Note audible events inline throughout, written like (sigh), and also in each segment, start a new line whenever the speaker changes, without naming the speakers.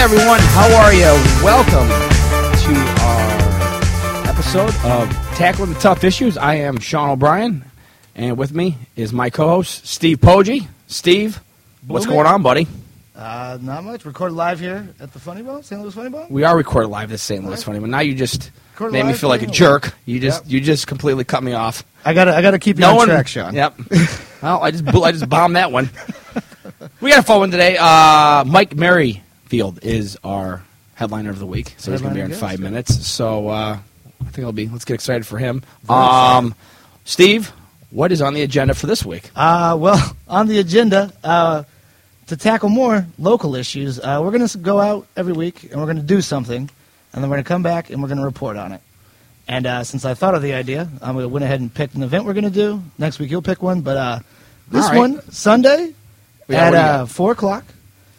everyone. How are you? Welcome to our episode of Tackling the Tough Issues. I am Sean O'Brien, and with me is my co-host Steve Poggi. Steve, what's
Blooming.
going on, buddy?
Uh, not much. Recorded live here at the Funny Bone, St. Louis Funny Bone.
We are recorded live this St. Louis funny, but now you just
Recorded
made me
live,
feel like a
St. Louis.
jerk. You just
Yep.
you just completely cut me off.
I gotta, I gotta keep you on track, Sean. (laughs)
Yep. well, I just I just bombed that one. We got a fun one today. Uh, Mike Merrifield is our headliner of the week, so he's going to be here in
Headliner
five
guest.
minutes. So uh, I think it'll be. Let's get excited for him. Um, Steve, what is on the agenda for this week?
Uh, well, (laughs) on the agenda uh, to tackle more local issues, uh, we're gonna s- go out every week and we're gonna do something, and then we're gonna come back and we're gonna report on it. And uh, since I thought of the idea, I am gonna went ahead and picked an event we're gonna do. Next week you'll pick one, but uh, this
All right.
one Sunday
Yeah, what
at
do you
uh, four o'clock,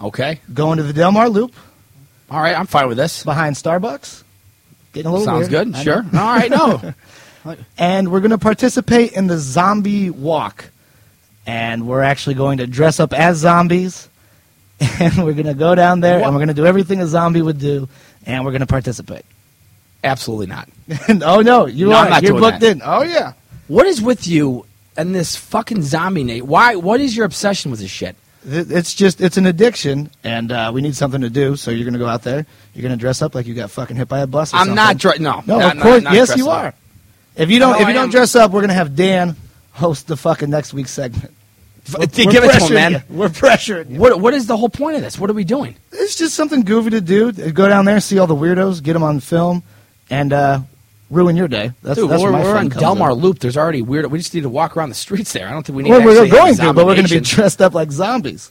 Okay.
going to the Delmar Loop
All right. I'm fine with this.
behind Starbucks. Getting a little
Sounds
weird.
good.
I know.
Sure. All right. No.
(laughs) and we're going to participate in the zombie walk. And we're actually going to dress up as zombies, (laughs) and we're going to go down there,
What?
and we're going to do everything a zombie would do, and we're going to participate. (laughs)
Absolutely not.
And, oh no, you
No,
are
I'm not
you're
doing
booked
that.
in. Oh yeah,
What is with you and this fucking zombie Nate? Why? What is your obsession with this shit?
Th- it's just it's an addiction, and uh, we need something to do. So you're going to go out there, you're going to dress up like you got fucking hit by a bus. Or
I'm
something.
not dre- no.
No,
Not-
of
not-
course,
not
yes,
dressing
you
up.
are. If you don't,
No,
if you
I
don't
am.
dress up, we're going to have Dan host the fucking next week's segment.
F- (laughs) give it to
pressuring
him, man.
you. We're pressuring you.
What? What is the whole point of this? What are we doing?
It's just something goofy to do. Go down there, see all the weirdos, get them on film, and uh, ruin your day. That's,
Dude,
that's
we're,
where my
we're
fun
on
comes
Delmar
in.
Loop. There's already weird. We just need to walk around the streets there. I don't think we need.
Well,
to
we're
actually have
going
a
to, but we're going to be
zombination.
dressed up like zombies.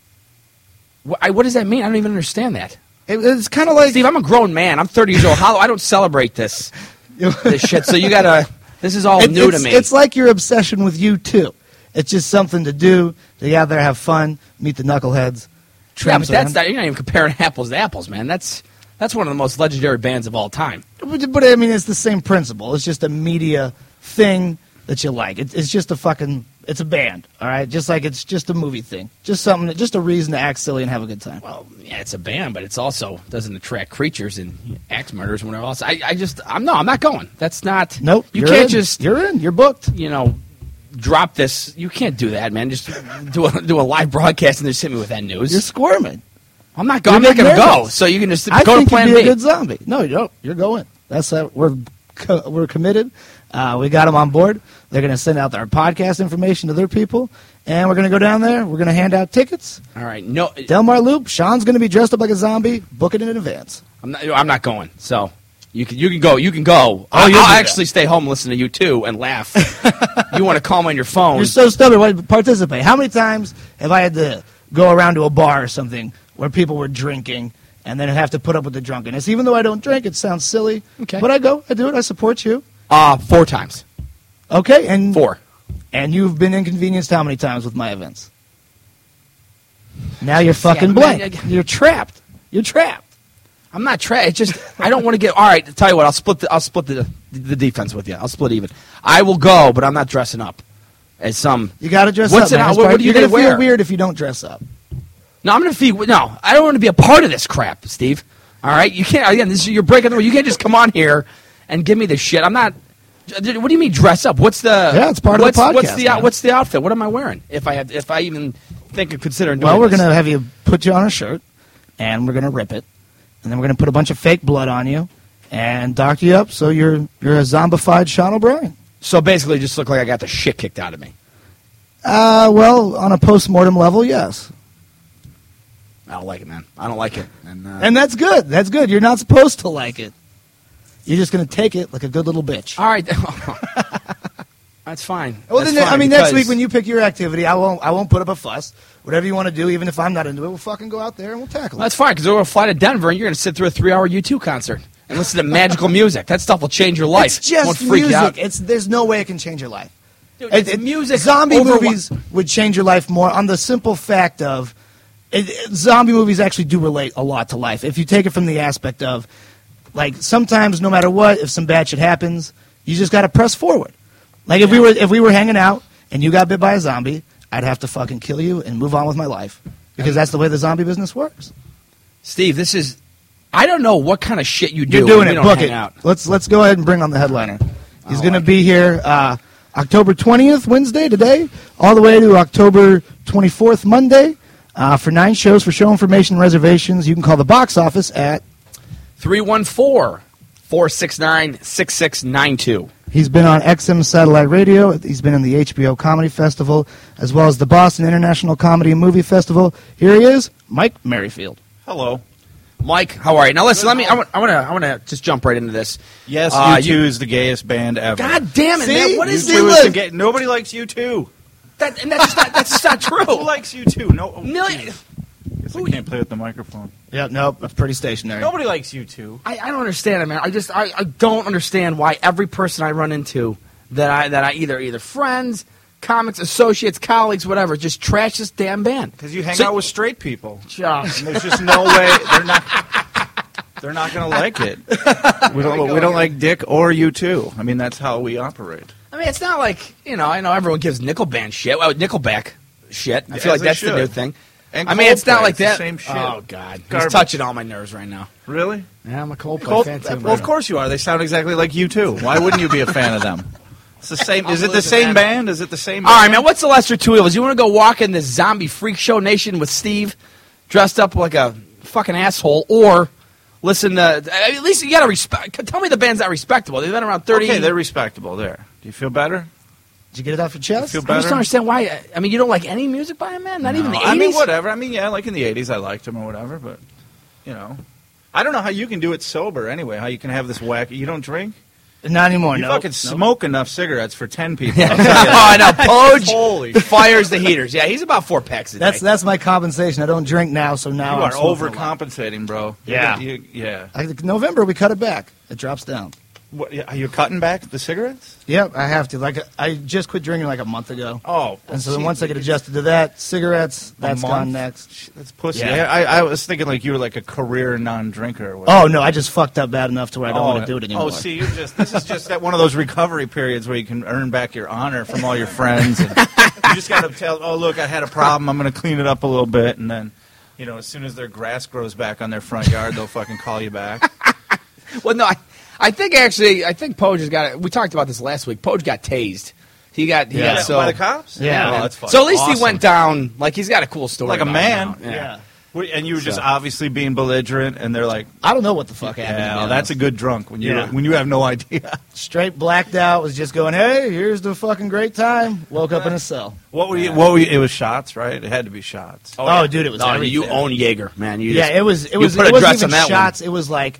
Wh- I- what does that mean? I don't even understand that.
It, it's kind of like (laughs)
Steve, I'm a grown man. I'm 30 years old. How, I don't celebrate this this shit. So you gotta. This is all
It-
new
it's,
to me.
It's like your obsession with you too. It's just something to do. To get out there, have fun, meet the knuckleheads.
yeah,
tramps
but that's
around.
not, you're not even comparing (laughs) apples to apples, man. That's that's one of the most legendary bands of all time.
But, but, I mean, it's the same principle. It's just a media thing that you like. It, it's just a fucking. It's a band, all right. Just like it's just a movie thing. Just something. that- Just a reason to act silly and have a good time.
Well, Oh, yeah, it's a band, but it's also doesn't attract creatures and axe murders and whatever else. I, I just, I'm no, I'm not going. That's not.
Nope.
You
you're
can't
in.
just.
You're in. You're booked.
you know, drop this. You can't do that, man. Just do a, do a live broadcast and just hit me with that news.
You're squirming.
I'm not going. I'm
you're
not going to
getting
go.
nervous.
So you can just
I
go to
think
Plan
you'd be
B.
a good zombie. No, you don't. You're going. That's how we're co- we're committed. Uh, we got them on board. They're going to send out their podcast information to their people, and we're going to go down there. We're going to hand out tickets.
All right. No,
Delmar Loop. Sean's going to be dressed up like a zombie. Book it in advance.
I'm not. I'm not going. So. You can, you can go. You can go. I'll,
Oh, you'll
I'll
do that.
actually stay home and listen to you too and
(laughs)
laugh. you want to call me on your phone?
You're so stubborn. Why participate? How many times have I had to go around to a bar or something where people were drinking and then have to put up with the drunkenness? Even though I don't drink, it sounds silly.
Okay.
But I go. I do it. I support you.
uh, four times.
Okay. And
Four.
And you've been inconvenienced how many times with my events? Now you're fucking
man,
blank.
I-
you're trapped. You're trapped.
I'm not trash. It's just I don't want to get. All right. Tell you what. I'll split. The, I'll split the the defense with you. I'll split even. I will go, but I'm not dressing up as some
You got to dress
What's
up.
it-
man. That's
what- what
part-
are you
you're
gonna
gonna
wear?
feel weird if you don't dress up.
No, I'm gonna feed. No, I don't want to be a part of this crap, Steve. All right, you can't. Again, this is, you're breaking the rule. You can't just come on here and give me this shit. I'm not. What do you mean dress up? What's the?
Yeah, it's part of the
what's- What's
podcast,
the out-
man.
what's the outfit? What am I wearing? If I have, if I even think of considering. Doing
Well, we're
this?
gonna have you put you on a shirt, and we're gonna rip it, and then we're gonna put a bunch of fake blood on you, and doctor you up so you're you're a zombified Sean O'Brien.
So basically, just look like I got the shit kicked out of me.
Uh, well, on a post-mortem level, yes,
I don't like it, man. I don't like it. And, uh,
and that's good. That's good. You're not supposed to like it. You're just gonna take it like a good little bitch.
all right, (laughs) that's fine.
Uh, Well,
That's
then, I
fine
mean, next
because-
week when you pick your activity, I won't, I won't put up a fuss. Whatever you want to do, even if I'm not into it, we'll fucking go out there and we'll tackle
Well, that's fine because we're gonna fly to Denver and you're gonna sit through a three-hour U2 concert and listen to (laughs) magical music. That stuff will change your
it.
life.
It's just
Won't freak you
music.
out.
It's there's no way it can change your life.
Dude,
It-
it's
it-
music
Zombie
over
movies would change your life more on the simple fact of it, it- zombie movies actually do relate a lot to life if you take it from the aspect of like sometimes no matter what if some bad shit happens you just got to press forward like if we were if we were hanging out and you got bit by a zombie i'd have to fucking kill you and move on with my life because that's the way the zombie business works
Steve, this is I don't know what kind of shit you do.
You're doing
when
it.
we don't
Book
hang
it.
Out. Oh,
Let's let's go ahead and bring on the headliner. He's
I
going
like
to be here uh, October 20th, Wednesday, today, all the way to October 24th, Monday, uh, for nine shows. For show information and reservations, you can call the box office at.
314-469-6692.
He's been on XM Satellite Radio. He's been in the HBO Comedy Festival, as well as the Boston International Comedy and Movie Festival. Here he is, Mike Merrifield.
Hello.
Mike, how are you? Now listen, let me. I want. I want to. I want to just jump right into this.
Yes,
Uh,
U2 is the gayest band ever.
God damn it, man! What is
U2
this?
is the
Look,
gay- Nobody likes U2.
That, and that's just not. That's just not
(laughs)
Who
true.
likes U2? No. oh,
Million.
Guess I can't play with the microphone.
Yeah, nope, that's pretty stationary.
Nobody likes U2.
I, I don't understand it, man. I just I, I don't understand why every person I run into that I that I either either friends, comics, associates, colleagues, whatever, just trash this damn band.
Because you hang
So-
out with straight people.
Just-
(laughs) And there's just no way they're not. They're not going to like it. (laughs) We don't. We don't like Dick or U2. I mean, that's how we operate.
I mean, it's not like you know. I know everyone gives Nickel band shit. Well, Nickelback shit. I
As
feel like
they
that's the
should.
new thing.
And
I mean, it's not
Coldplay,
like
it's the
that.
same shit.
Oh God, it's
Garbage.
touching all my nerves right now.
Really?
Yeah, I'm a Coldplay
Cold-
fan too.
well,
man.
of course you are. They sound exactly like U2. Why wouldn't you be a fan of them? It's (laughs) the same. Is it the same band? Is it the same?
All right,
band?
man. What's the lesser two evils? You want to go walk in this zombie freak show nation with Steve, dressed up like a fucking asshole, or listen to? At least you got to respect. Tell me the band's not respectable. They've been around thirty.
Okay, they're respectable there. Do you feel better?
Did you get it off your chest?
I
Feel
just
better?
don't understand why. I mean, you don't like any music by a man, not even the eighties.
No, I
(laughs)
mean, whatever. I mean, yeah, like in the 80s, I liked them or whatever, but, you know. I don't know how you can do it sober anyway, how you can have this wacky. You don't drink?
Not anymore.
You
no.
fucking smoke enough cigarettes for 10 people. I'll
oh,
tell you that.
I
(laughs)
know. Poge
Holy
fires the heaters. Yeah, he's about four packs a day.
That's that's my compensation. I don't drink now, so now
You
I'm
are
smoking a lot.
overcompensating, bro.
Yeah.
You- you- yeah.
I, think November we cut it back. It drops down.
What, yeah, are you cutting back the cigarettes?
Yep, I have to. Like I just quit drinking like a month ago,
Oh.
and so
well,
then
see,
once I get adjusted to that, cigarettes
a
that's
month?
gone next.
Shit, That's pussy.
Yeah.
I, I, I was thinking like you were like a career non drinker or whatever.
Oh no, I just fucked up bad enough to where I don't
oh,
want to do it anymore.
Oh, see, you're just this is just that one of those recovery periods where you can earn back your honor from all your friends. And you just got to tell, oh look, I had a problem. I'm going to clean it up a little bit, and then, you know, as soon as their grass grows back on their front yard, they'll fucking call you back.
Well, no, I, I think actually, I think Poge has got. We talked about this last week. Poge got tased. He got. He
Yeah.
got so.
by the cops.
Yeah.
oh, that's fucking
so at least he
awesome.
went down. Like he's got a cool story.
like a
about
man.
him now.
yeah.
What- And you were just
So.
obviously being belligerent, and they're like,
I don't know what the fuck happened.
"Yeah,
to
well,
me.
that's a good drunk when you
Yeah.
when you have
(laughs)
no idea."
straight blacked out. Was just going, hey, here's the fucking great time. Woke up in a cell.
What were you? What were you? It was shots, right? It had to be shots.
Oh, dude, it was.
No,
everything.
you own Jaeger, man. You
Yeah,
just-
it was. It
you
was.
put a
It wasn't
dress
even
on that one.
shots. It was like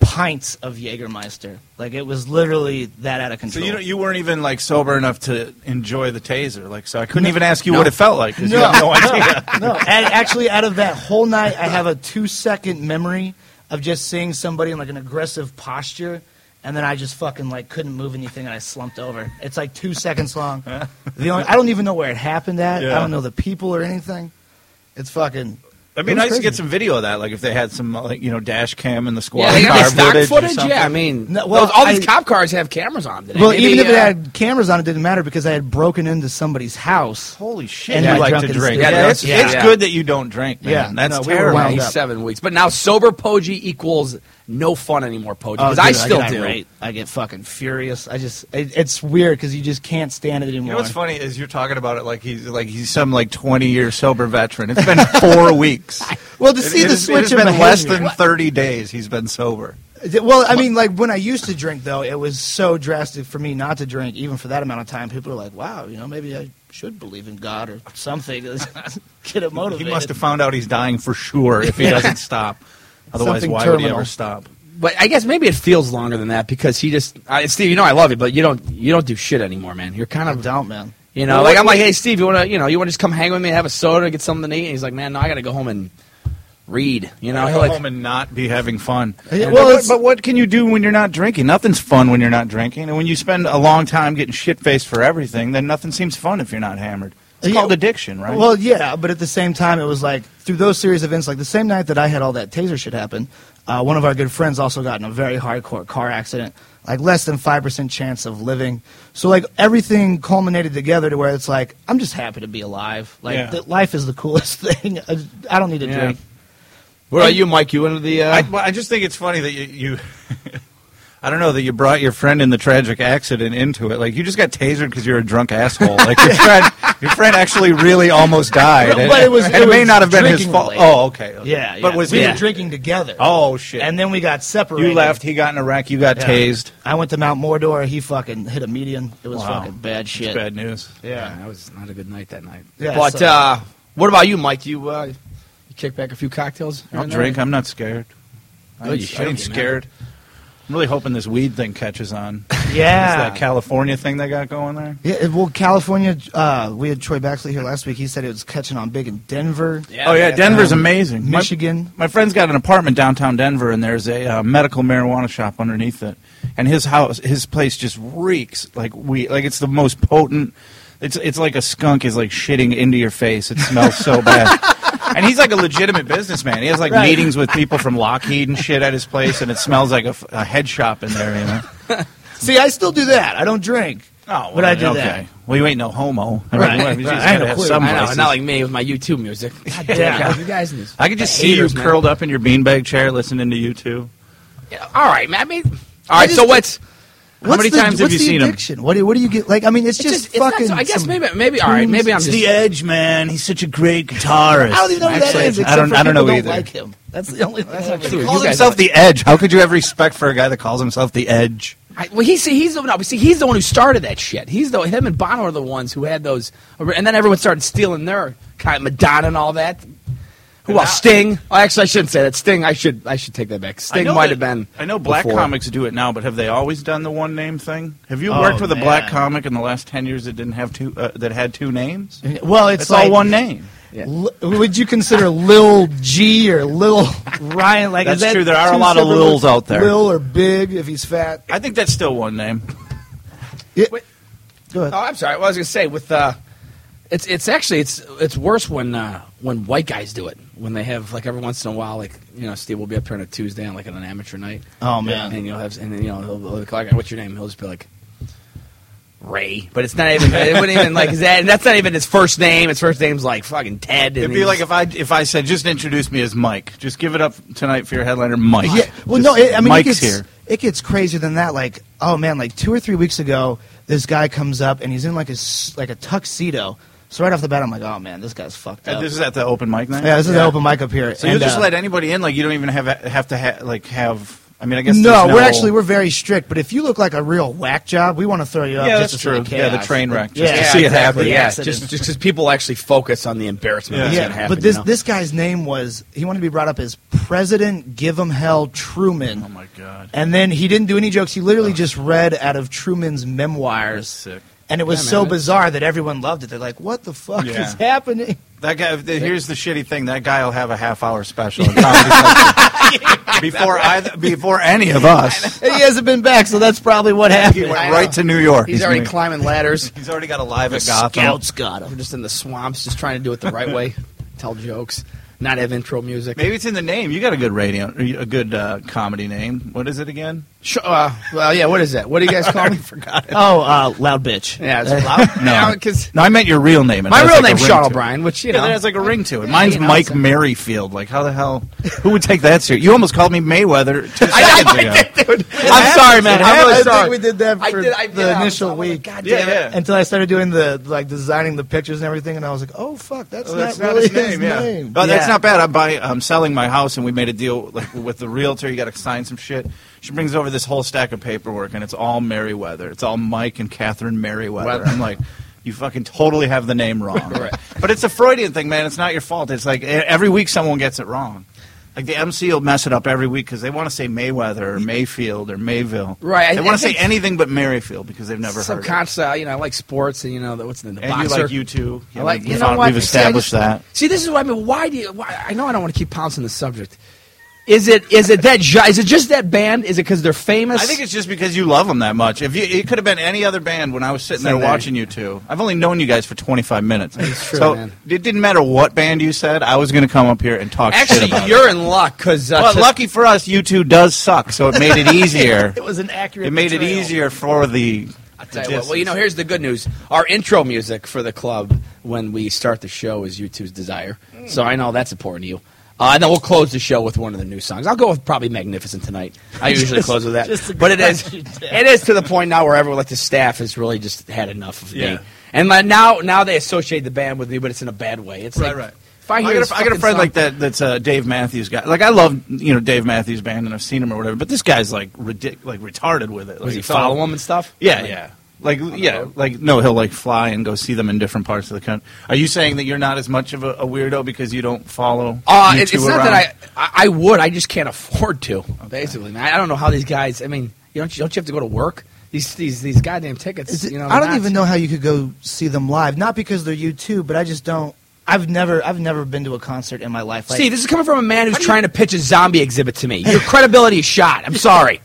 pints of Jägermeister. Like it was literally that out of
So
control.
you don't- you weren't even like sober enough to enjoy the taser, like so I couldn't even ask you
No.
what it felt like 'cause you
No.
have (laughs) no idea.
(laughs) No, a- actually, out of that whole night, I have a two-second memory of just seeing somebody in like an aggressive posture, and then I just fucking like couldn't move anything, and I slumped over. It's like two seconds long.
(laughs)
The only, I don't even know where it happened at.
Yeah.
I don't know the people or anything. It's fucking.
It'd be
It was
nice to get
crazy.
some video of that, like if they had some like you know dash cam in the squad
Yeah, they got
car
any stock
footage.
footage.
or something.
yeah, I mean,
No, well,
those- all these
I-
cop cars have cameras on them.
Well, even if it
uh,
had cameras on, it didn't matter because I had broken into somebody's house.
Holy shit!
And
you
my
like to
drunken
drink?
state.
Yeah,
Yeah,
it's,
yeah.
it's
yeah.
good that you don't drink, man.
Yeah.
that's
No, we were
terrible.
wound up.
seven weeks, but now sober Poji equals no fun anymore, Poji, because
Oh, dude,
Oh, I still
get
do.
irate. I get fucking furious. I just it, it's weird because you just can't stand it anymore.
You know what's funny is you're talking about it like he's like he's some like 20 year sober veteran.
(laughs)
It's been four weeks.
Well, to
It-
see
it
the
has-
switch
it has
in
been less
behavior.
than 30 days. He's been sober.
Th- Well, I mean, like when I used to drink, though, it was so drastic for me not to drink, even for that amount of time. People are like, "Wow, you know, maybe I should believe in God or something." (laughs) Get it motivated.
He must have found out he's dying for sure if he
(laughs)
doesn't stop. Otherwise,
Something
why would he
terminal.
ever stop?
But I guess maybe it feels longer than that because he just I, Steve. You know I love you, but you don't you don't do shit anymore, man. You're kind
I
of
don't, man.
You know,
Well,
like
what-
I'm like, hey Steve, you wanna you know you wanna just come hang with me, have a soda, get something to eat? And he's like, man, no, I gotta go home and read. You know,
I
he'll
go
like,
home and not be having fun.
Yeah,
but,
well,
what,
it's-
but what can you do when you're not drinking? Nothing's fun when you're not drinking, and when you spend a long time getting shit faced for everything, then nothing seems fun if you're not hammered. It's
Yeah.
called addiction, right?
Well, yeah, but at the same time, it was like through those series of events, like the same night that I had all that taser shit happen, uh, one of our good friends also got in a very hardcore car accident, like less than 5% chance of living. So, like, everything culminated together to where it's like, I'm just happy to be alive. Like, (laughs)
Yeah.
th- life is the coolest thing. I I don't need a
Yeah.
drink.
What about you, Mike? You into the? Uh,
I, well, I just think it's funny that you, you (laughs) I don't know that you brought your friend in the tragic accident into it. Like you just got tasered because you're a drunk asshole.
(laughs)
Like your friend, your friend actually really almost died.
But it was-
and
it
it may
was
not have been his
drinking
fault.
related.
Oh, okay. okay.
Yeah,
But
yeah.
was
we
he?
were drinking together.
Oh shit!
and then we got separated.
you left. He got in a wreck. You got
Yeah.
tased.
I went to Mount Mordor. He fucking hit a median. It was
Wow.
fucking bad shit.
It's bad news.
yeah,
Yeah.
that was not a good night that night.
Yeah,
but
so-
uh, what about you, Mike? You uh, you kick back a few cocktails. here
I'll
and there?
drink. I'm not scared.
No,
I
you
ain't, I
shouldn't
ain't
be, man.
scared. I'm really hoping this weed thing catches on. (laughs) It's
Yeah.
that California thing they got going there.
yeah. it- Well, California. Uh, we had Troy Baxley here last week. He said it was catching on big in Denver,
Yeah,
oh yeah,
man.
Denver's
um,
amazing. My-
Michigan.
My friend's got an apartment downtown Denver, and there's a uh, medical marijuana shop underneath it. And his house, his place, just reeks like we like it's the most potent. It's it's like a skunk is like shitting into your face. It smells so bad. And he's like a legitimate businessman. He has like
Right.
meetings with people from Lockheed and shit at his place, and it smells like a, f- a head shop in there. You know?
See, I still do that. I don't drink.
Oh,
But I do that.
Well, you ain't no homo. I
Right.
mean, you just
Right.
gotta
I know,
have
clearly.
some
I know,
vices.
not like me with my U2 music. God damn
Yeah.
it, you guys. and this-
I could just
the
see
haters,
you
man.
curled up in your beanbag chair listening to you two.
Yeah, all right, man. I mean, all right.
just-
So what's
How many
the,
times have
what's
you
the
seen him?
addiction? What do, what do you get? Like, I mean, it's,
it's
just,
just? It's not,
fucking.
so- I guess
some
maybe maybe all right.
tunes.
Maybe I'm just.
Edge, man. He's such a great guitarist.
I don't even know who that
Actually,
is.
I
Except
don't-
for
I don't
people
know
don't
either.
like him. That's the only. That's
not true.
He
You
calls
guys
himself
are-
the Edge. How could you have respect for a guy that calls himself the Edge?
I, well, he's he's the no, but see he's the one who started that shit. He's the him and Bono are the ones who had those, and then everyone started stealing their kind of Madonna and all that. Who
And
else?
now-
Sting. Oh, actually, I shouldn't say that. Sting. I should I should take that back.
I
Sting
know
might
that-
have been.
I know black
before.
comics do it now, but have they always done the one name thing? Have you
Oh,
worked with a black
man.
comic in the last ten years that didn't have two uh, that had two names?
Well, it's,
It's
like,
all one name.
Yeah.
L- would you consider Lil G or
(laughs)
Lil Ryan? Like, is
That's
that
true. There are a
two
lot of
separate
Lils
words?
out there.
Lil or Big, if he's fat.
I think that's still one name.
Yeah.
Wait.
Go ahead.
Oh, I'm sorry. Well, I was gonna say with uh, it's it's actually it's it's worse when uh, when white guys do it when they have like every once in a while like you know Steve will be up here on a Tuesday on like on an amateur night.
Oh, man.
And you'll have and then you know he'll, he'll be like what's your name? He'll just be like. Ray, but it's not even. It wouldn't even like (laughs) is that. And that's not even his first name. His first name's like fucking Ted. and
It'd be
he's-
like if I if I said just introduce me as Mike. Just give it up tonight for your headliner, Mike.
Yeah. Well,
Just,
no. It, I mean,
Mike's
it gets,
here.
It gets crazier than that. Like, oh man, like two or three weeks ago, this guy comes up and he's in like a s- like a tuxedo. So right off the bat, I'm like, oh man, this guy's fucked
Uh,
up.
This is at the open mic night.
yeah, this is an open mic up here.
So you
And,
just
uh,
let anybody in, like you don't even have have to ha- like have. I mean, I guess
no,
there's
we're actually we're very strict. But if you look like a real whack job, we want to throw you up.
Yeah,
just
that's
to see
true. Yeah, the
chaos.
train wreck,
Yeah,
just to see it happen.
exactly, Yeah,
The
just
accident.
because people actually focus on the embarrassment
Yeah.
that's
yeah,
gonna happen.
but this
you know?
this guy's name was he wanted to be brought up as President Give 'em Hell Truman.
Oh my god,
And then he didn't do any jokes. He literally just read out of Truman's
that's
memoirs.
sick.
And it was
Yeah, man,
so
it's-
bizarre that everyone loved it. They're like, what the fuck
Yeah.
is happening?
That guy. the- here's the shitty thing. That guy will have a half hour
(laughs)
special on Comedy Central. before either, before any
(laughs)
of us.
And he hasn't been back, so that's probably what
He
happened.
went
I know.
right to New York.
he's already
gonna-
climbing ladders.
he's already got a live at Gotham.
Scouts got
We're
him.
just in the swamps, just trying to do it the right
(laughs)
way, tell jokes, not have intro music.
Maybe it's in the name. You got a good radio, a good uh, comedy name. What is it again?
Sh- uh, well, yeah. What is that? What do you guys call
(laughs)
me?
Forgot it.
Oh, uh, loud bitch.
Yeah, it's loud.
(laughs) No.
because
No, I meant your real name. It
my
has,
real
like, a
name's
ring
Sean
to it.
O'Brien, which you
Yeah,
know
that has like a ring to it. Mine's
you know,
Mike
so-
Merrifield. Like, how the hell? Who would take that seriously? You almost called me Mayweather.
(laughs)
Two seconds ago. (laughs)
dude.
happens.
I'm sorry, man.
It
I'm
happens.
really
I
(laughs)
sorry.
think we did that for
I did- I did.
the
I was-
initial
I was like, oh
week.
God
Yeah,
damn it.
yeah.
Until I started doing the like designing the pictures and everything, and I was like, "Oh fuck, that's,
Oh,
not, really his name."
But that's
Yeah.
not bad. I'm buying. I'm selling my house, and we made a deal like with the realtor. You got to sign some shit. She brings over this whole stack of paperwork, and it's all Merriweather. It's all Mike and Catherine Merriweather.
Weather.
I'm like. You fucking totally have the name wrong.
(laughs) Right.
But it's a Freudian thing, man. It's not your fault. It's like e- every week someone gets it wrong. Like the MC will mess it up every week because they want to say Mayweather or Mayfield or Mayville.
Right, I-
They want
I
to say
think-
anything but Merrifield because they've never heard it.
Subconscious, uh, you know, I like sports, and you know, the- what's the, the
And
boxer.
you like you too.
I like,
we
you
found-
know what?
We've
See, I
established
just-
that.
See, this is what I mean. Why do you? Why, I know I don't want to keep pouncing the subject. Is it is it that ju- is it just that band? Is it because they're famous?
I think it's just because you love them that much. If you, it could have been any other band when I was sitting there
Sitting there.
watching you two. I've only known you guys for 25 minutes.
That's true,
so
man.
it didn't matter what band you said. I was going to come up here and talk shit
actually
about it.
you're in luck because uh,
But
to-
lucky for us, you two does suck, so
(laughs)
it made it easier.
It was an accurate.
it made it
portrayal.
easier for the.
I'll tell you what, well, you know, here's the good news. Our intro music for the club when we start the show is U2's Desire. So I know that's important to you. Uh, and then we'll close the show with one of the new songs. I'll go with probably Magnificent tonight.
(laughs)
I usually
Just-
close with that.
just to
but it
go
is
back to that.
it is to the point now where everyone, like the staff, has really just had enough of
Yeah.
me. And like, now now they associate the band with me, but it's in a bad way. It's
Right,
like,
right.
If I,
I,
hear
got
this
a, I got a
fucking
friend
song-
like that. That's a Dave Matthews guy. Like I love you know Dave Matthews Band, and I've seen him or whatever. But this guy's like ridic- like retarded with it. Like,
Does he
it's all-
follow them and stuff?
Yeah,
Like,
yeah. Like yeah, like no, he'll like fly and go see them in different parts of the country. Are you saying that you're not as much of a, a weirdo because you don't follow?
Uh,
you
it,
two
it's not
around?
that I, I I would. I just can't afford to. Basically, man. I don't know how these guys. I mean, you don't, don't you have to go to work? These these these goddamn tickets.
Is it-
you know,
I
they're
don't
not-
even know how you could go see them live. Not because they're you too, but I just don't. I've never, I've never been to a concert in my life. Like,
Steve, this is coming from a man who's trying to pitch a zombie exhibit to me.
(laughs)
Your credibility is shot. I'm sorry.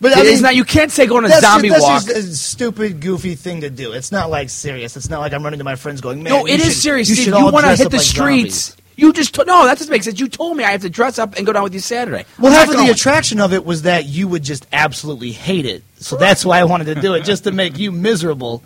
but
It is not- you can't say go on a
that's
zombie
just,
walk.
That's just a stupid, goofy thing to do. It's not like serious. It's not like I'm running to my friends going, "Man,
no, it
you
is
should-
serious,
You
Steve.
should
You
all
want to
dress
hit
up
the
like
streets.
zombies."
You just to- no. That doesn't make sense. You told me I have to dress up and go down with you Saturday.
Well,
I'm
half
not
of
going.
the attraction of it was that you would just absolutely hate it. So that's why I wanted to do it, just to make you miserable.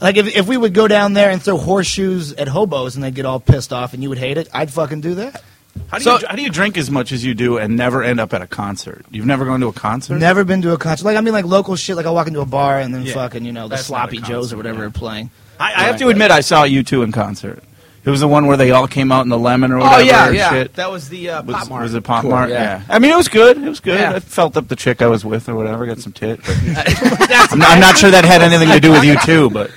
Like if, if we would go down there and throw horseshoes at hobos and they'd get all pissed off and you would hate it, I'd fucking do that.
How do,
So-
you, how do you drink as much as you do and never end up at a concert? You've never gone to a concert?
Never been to a concert. Like I mean, like local shit. Like I walk into a bar and then
Yeah.
fucking you know the
That's not
sloppy
a
joes
concert,
or whatever
yeah.
are playing.
I, I have to admit, I saw you two in concert. It was the one where they all came out in the lemon or whatever.
Oh yeah,
and
yeah.
Shit.
That was the uh,
was,
pop mart.
was it Pop
Cool,
Mart? Yeah. I mean, it was good. It was good.
Yeah.
I felt up the chick I was with or whatever. Got some tit. but-
(laughs) That's-
I'm, not, I'm not sure that had anything to do with you
(laughs)
too, but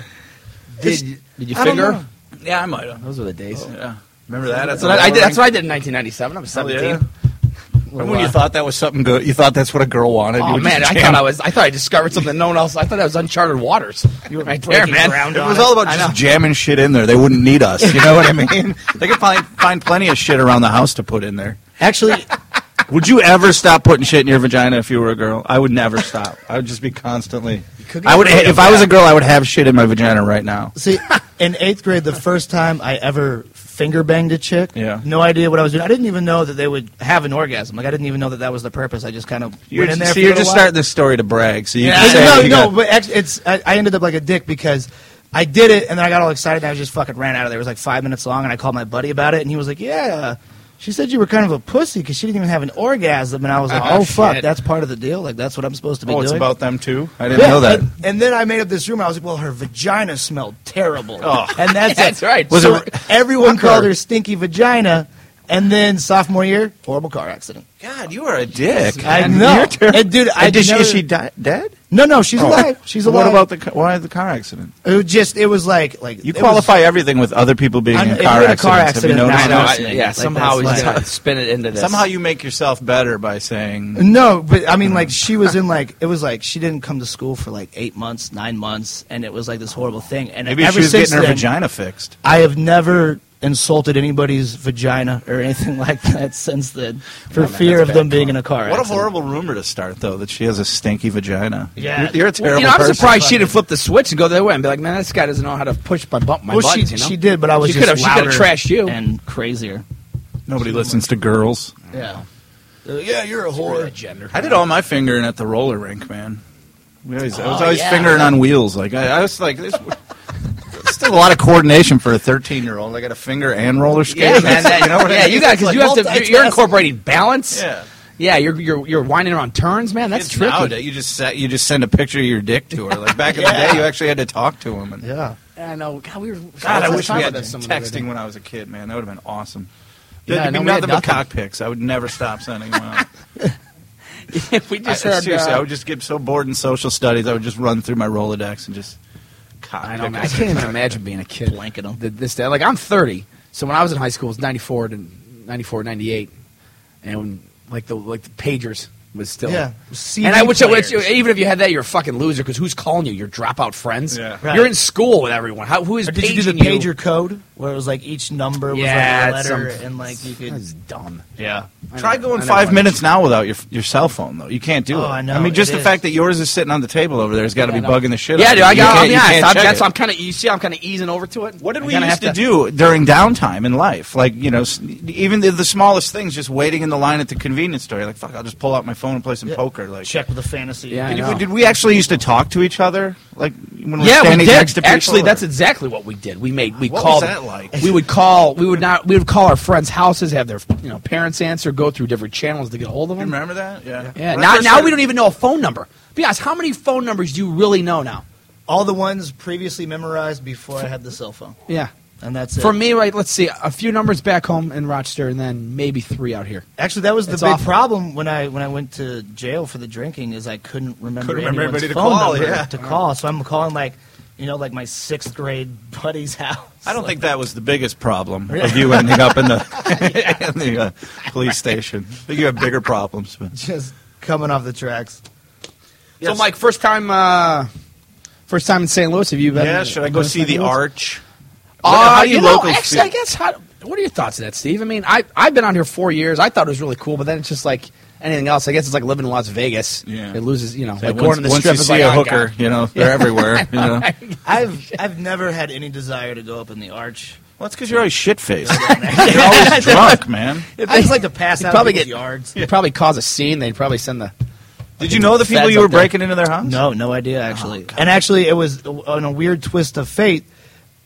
did, you- did you
I don't
figure?
know.
yeah, I might have.
Those were the days.
Yeah. Remember that?
That's what I, I did. That's what I did in 1997. I was
Hell yeah.
17.
Remember when you thought that was something good? You thought that's what a girl wanted? You
Oh
would
man,
just
I
jam-
thought I was. I thought I discovered something no one else. I thought I was uncharted waters.
You
(laughs)
were
right there,
breaking
man.
ground
It
on
was all about
I
just
know.
jamming shit in there. They wouldn't need us. You know what I mean? they could find find plenty of shit around the house to put in there.
Actually,
Would you ever stop putting shit in your vagina if you were a girl? I would never stop. I would just be constantly.
could
I would.
get rid
If
of
I was
that.
a girl, I would have shit in my vagina right now.
see, in eighth grade, the first time I ever finger banged a chick.
Yeah.
No idea what I was doing. I didn't even know that they would have an orgasm. Like I didn't even know that that was the purpose. I just kind of
You're,
went in there.
so
for a
you're
little
just
while.
starting this story to brag. So you
Yeah,
can
I-
say
no,
you
no,
got-
but actually, it's I, I ended up like a dick because I did it, and then I got all excited, and I just fucking ran out of there. It was like five minutes long, and I called my buddy about it, and he was like, "Yeah, she said you were kind of a pussy because she didn't even have an orgasm," and I was like,
Oh,
"Oh, fuck,
shit.
that's part of the deal. Like that's what I'm supposed to be
(laughs) Oh,
doing."
it's about them too. I didn't
yeah,
know that.
And, and then I made up this rumor. I was like, "Well, her vagina smelled terrible,"
Oh.
and
(laughs)
that's
Yeah, that's
it.
right.
Was
so
it-
everyone
Fuck her.
called her stinky vagina, and then sophomore year, horrible car accident.
God, you are a dick.
I
And
know.
you're terrible.
And dude, I
And did she-
never-
is she di- dead?
No, no, she's
Oh.
alive. She's alive.
What about the ca- why the car accident?
It was just it was like like
You
it was-
qualify everything with other people being
I know,
in
if
car
you're in a car
accidents. Have
accident,
you noticed
I know.
now-
that?
I,
Fascinating.
yeah,
Like,
somehow
that's
he's
like-
gonna spin it into this.
Somehow you make yourself better by saying
No, but I mean, like she was in like it was like she didn't come to school for like eight months, nine months, and it was like this horrible thing. And
maybe
ever
she was
since
getting her
then,
vagina fixed.
I have never insulted anybody's vagina or anything (laughs) like that since then,
Oh,
for
man,
fear of
that's
them
bad.
being in a car.
What a
accident.
horrible rumor to start, though, that she has a stinky vagina.
Yeah.
you're, you're a terrible
Well, you know, I'm
person.
surprised she didn't flip the switch and go the other way and be like, "Man, this guy doesn't know how to push my bump my
Well, she,
buttons." you know?
she did, but I was
She
just
could've- she could've
louder
trashed you.
and crazier.
Nobody listens to girls.
Yeah, yeah, you're a
Or a gender.
I did all my fingering at the roller rink, man. We always, I was
Oh,
always
yeah.
fingering on wheels. Like I, I was like, this, still a lot of coordination for a 13 year old. I got a finger and roller skate.
Yeah, man. That,
you know what I
yeah,
mean?
you got because
It's
you have
like
to. You're, you're incorporating balance.
Yeah.
Yeah, you're you're you're winding around turns, man. That's
Kids
tricky.
nowadays, you just set, you just send a picture of your dick to her. Like
(laughs)
back in the day, you actually had to talk to him. And,
yeah.
I know. God, we were.
God, I wish we
talking
had
about this some of the other day.
texting when I was a kid, man. That would have been awesome.
Yeah,
There'd
no,
be
we had
nothing but
nothing.
cock pics. I would never stop sending them
(laughs)
out.
If (laughs) we
I,
just heard.
seriously,
uh,
I would just get so bored in social studies, I would just run through my Rolodex and just cock
I don't know.
pick
I
us.
can't even imagine being a kid.
Blanket 'em.
Th- This day, like I'm 30, so when I was in high school, it was 94 to 94, 98, and when, like the like the pagers was still.
Yeah,
and I
CD
wish, I wish
players.
even if you had that, you're a fucking loser because who's calling you? Your dropout friends.
Yeah.
Right.
You're in school with everyone. How, who is
Or did you do the
paging you?
pager code where it was like each number was
Yeah,
like
it's
a letter
some-
and like you could
That's dumb.
yeah.
I
Try
know-
going
I know
five
what-
minutes now without your your cell phone though. You can't do
Oh,
it.
I know,
mean, just
it
the
is.
fact that yours is sitting on the table over there has got to
Yeah,
be
I know.
bugging the shit.
Yeah,
out
dude. I
of you.
got. I'll
You
be
can't- you
honest. I'm,
can't check
that's
it.
why I'm kind of. You see, I'm kind of easing over to it.
What did
I
we
kinda
used
have
to, do during downtime in life? Like, you know, s- even the, the smallest things, just waiting in the line at the convenience store. You're like, fuck, I'll just pull out my phone and play some
Yeah.
poker. Like,
Check with the fantasy.
Yeah, I
Did,
know.
Oh. we, did we actually used to talk to each other? Like, when when we're
yeah, we
standing
did.
next to people?
Actually,
or-
that's exactly what we did. We made we
What was
called.
that like?
We would call. We would not. We would call our friends' houses, have their you know parents answer, go through different channels to get a hold of
You
them.
remember that? Yeah.
Yeah.
When I
Now, now
first
we
started-
don't even know a phone number. Be honest. How many phone numbers do you really know now?
All the ones previously memorized before I had the cell phone,
Yeah.
and that's it.
For me, right? Let's see. A few numbers back home in Rochester, and then maybe three out here.
Actually, that was the
It's
big
awful.
problem when I when I went to jail for the drinking is I couldn't remember,
Couldn't remember
anyone's
anybody to
phone
call,
number
yeah.
to call. So I'm calling like, you know, like my sixth grade buddy's (laughs) house.
I don't
Like,
think that was the biggest problem of you ending up in (laughs) the, in the uh, police station. I think you have bigger problems. But.
just coming off the tracks.
So, Mike, first time, uh, first time in St. Louis. Have you been?
Yeah, should I go
been to
see
St.
the
Louis?
arch?
Uh,
How do
you know,
locals
actually,
feel?
I guess. How, what are your thoughts on that, Steve? I mean, I I've been on here four years. I thought it was really cool, but then it's just like anything else. I guess it's like living in Las Vegas.
Yeah.
It loses, you know,
Yeah,
like
once,
going to the
once
strip
you
is
see
like
a
oh,
hooker,
God.
(laughs) you know they're everywhere. You (laughs) know, well,
I've I've never had any desire to go up in the
(laughs)
arch.
that's because you're always shit (laughs) faced. you're
(laughs)
always drunk, man.
I just like to pass
You'd
out
probably
in people's
get-
yards.
They'd probably cause a scene. They'd probably send the.
Did you know the people
Feds
you were
up there.
breaking into their house?
No, no idea
Oh,
actually. and actually, it was on a weird twist of fate.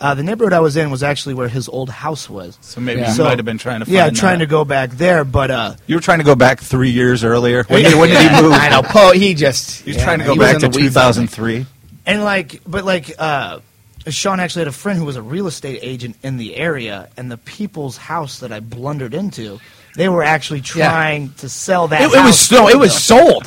Uh, the neighborhood I was in was actually where his old house was.
So maybe
Yeah.
you
So-
might have been trying to. Find
yeah, trying
that.
to go back there, but uh,
You were trying to go back three years earlier. When did, when did he move?
I know Poe. He just.
He
(laughs)
was
yeah,
trying
man,
to go
he was
back
in
to
the weeds.
2003.
and like, but like, uh, Sean actually had a friend who was a real estate agent in the area, and the people's house that I blundered into, they were actually
Yeah.
trying to sell that.
It, it was
house.
no, it was sold.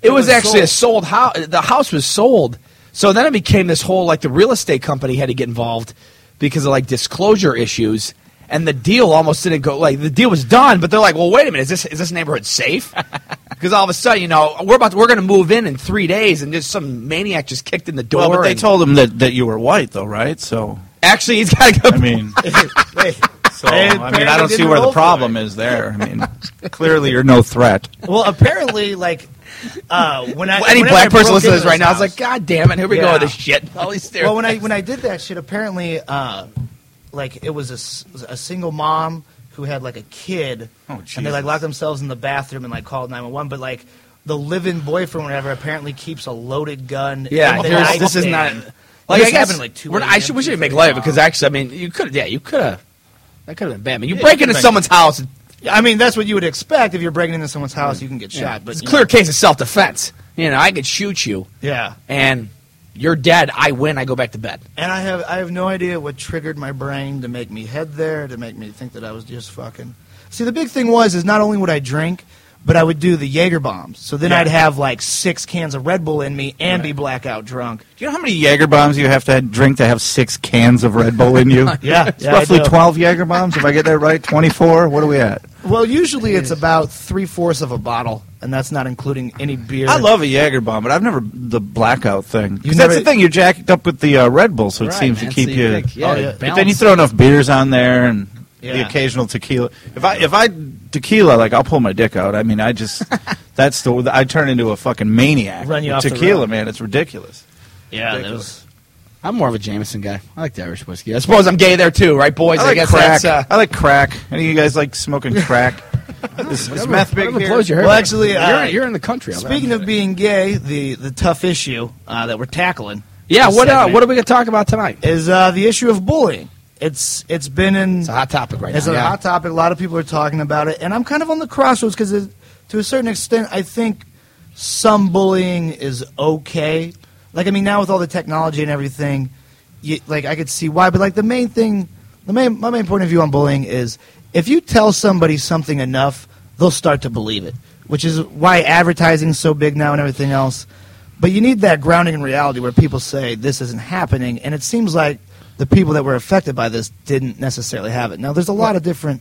It,
It
was,
was
actually a sold house. The house was sold. So then it became this whole like the real estate company had to get involved because of like disclosure issues, and the deal almost didn't go like the deal was done, but they're like, well, wait a minute, is this is this neighborhood safe? (laughs) Because all of a sudden, you know, we're about to, we're going to move in in three days, and just some maniac just kicked in the door.
Well, but they
and-
told him that, that you were white, though, right? So
actually he's got to go.
I (laughs) mean,
(laughs) Wait.
so I mean, I don't see where the problem is there. I mean, clearly you're no (laughs) threat.
Well, apparently, like uh, when I
(laughs) any
whenever I
black person
broke
listening to
into
this right now is
house-
like, God damn it, here we go
Yeah.
with this shit. (laughs) All these
well, when I
stereotypes.
when I did that shit, apparently, uh, like it was a s- was a, single mom who had like a kid,
Oh,
and they
Jesus.
like locked themselves in the bathroom and like called nine one one. But like the live-in boyfriend, or whatever, apparently keeps a loaded gun.
Yeah,
in the
there's, this is not.
nightstand.
Like,
This
I guess
happened, like, two
we're not-
AM,
I should, we should
two
make
AM.
light of it because actually, I mean, you could. Yeah, you could have. That could have been bad. Man, you
Yeah,
break
you
into
could
someone's house.
I mean, that's what you would expect if you're breaking into someone's house. You can get shot, but
Mm. it's a
you
clear
know,
case of self defense. You know, I could shoot you,
yeah.
and you're dead. I win. I go back to bed.
And I have I have no idea what triggered my brain to make me head there, to make me think that I was just fucking. See, the big thing was is not only would I drink, but I would do the Jaeger bombs. So then
Yeah.
I'd have like six cans of Red Bull in me and be blackout drunk.
Do you know how many Jaeger bombs you have to ha- drink to have six cans of Red Bull (laughs) in you?
Yeah,
It's roughly 12 Jaeger bombs, if I get that right. 24? What are we at?
Well, usually it's about three fourths of a bottle, and that's not including any beer.
I love a Jaeger bomb, but I've never the blackout thing.
You've
Because that's
never-
the thing, you're jacked up with the uh, Red Bull, so it seems to keep you.
yeah,
Oh, yeah.
But then you throw enough beers on there and the
Yeah.
occasional tequila. If I if I tequila, like I'll pull my dick out. I mean, I just that's the I turn into a fucking maniac.
Run you
with
off the
tequila,
road.
man. It's ridiculous.
Yeah, that
ridiculous.
was.
I'm more of a Jameson guy. I like the Irish whiskey. I suppose I'm gay there too, right, boys?
I like
guess
crack.
that's. Uh,
I like crack. Any of you guys
(laughs)
like smoking crack? is, is meth big
whatever
here?
blows your hair.
Well, actually,
you're,
uh,
you're in the country. I'll-
Speaking of being gay, the the tough issue uh, that we're tackling.
yeah,
this
what uh,
segment
what are we gonna talk about tonight?
is uh, the issue of bullying. It's it's been in
It's a hot topic right
It's
now.
a
yeah.
hot topic. A lot of people are talking about it, and I'm kind of on the crossroads because, to a certain extent, I think some bullying is okay. Like, I mean, now with all the technology and everything, you, like I could see why. But like the main thing, the main my main point of view on bullying is if you tell somebody something enough, they'll start to believe it, which is why advertising's so big now and everything else. But you need that grounding in reality where people say this isn't happening, and it seems like the people that were affected by this didn't necessarily have it. Now, there's a lot of different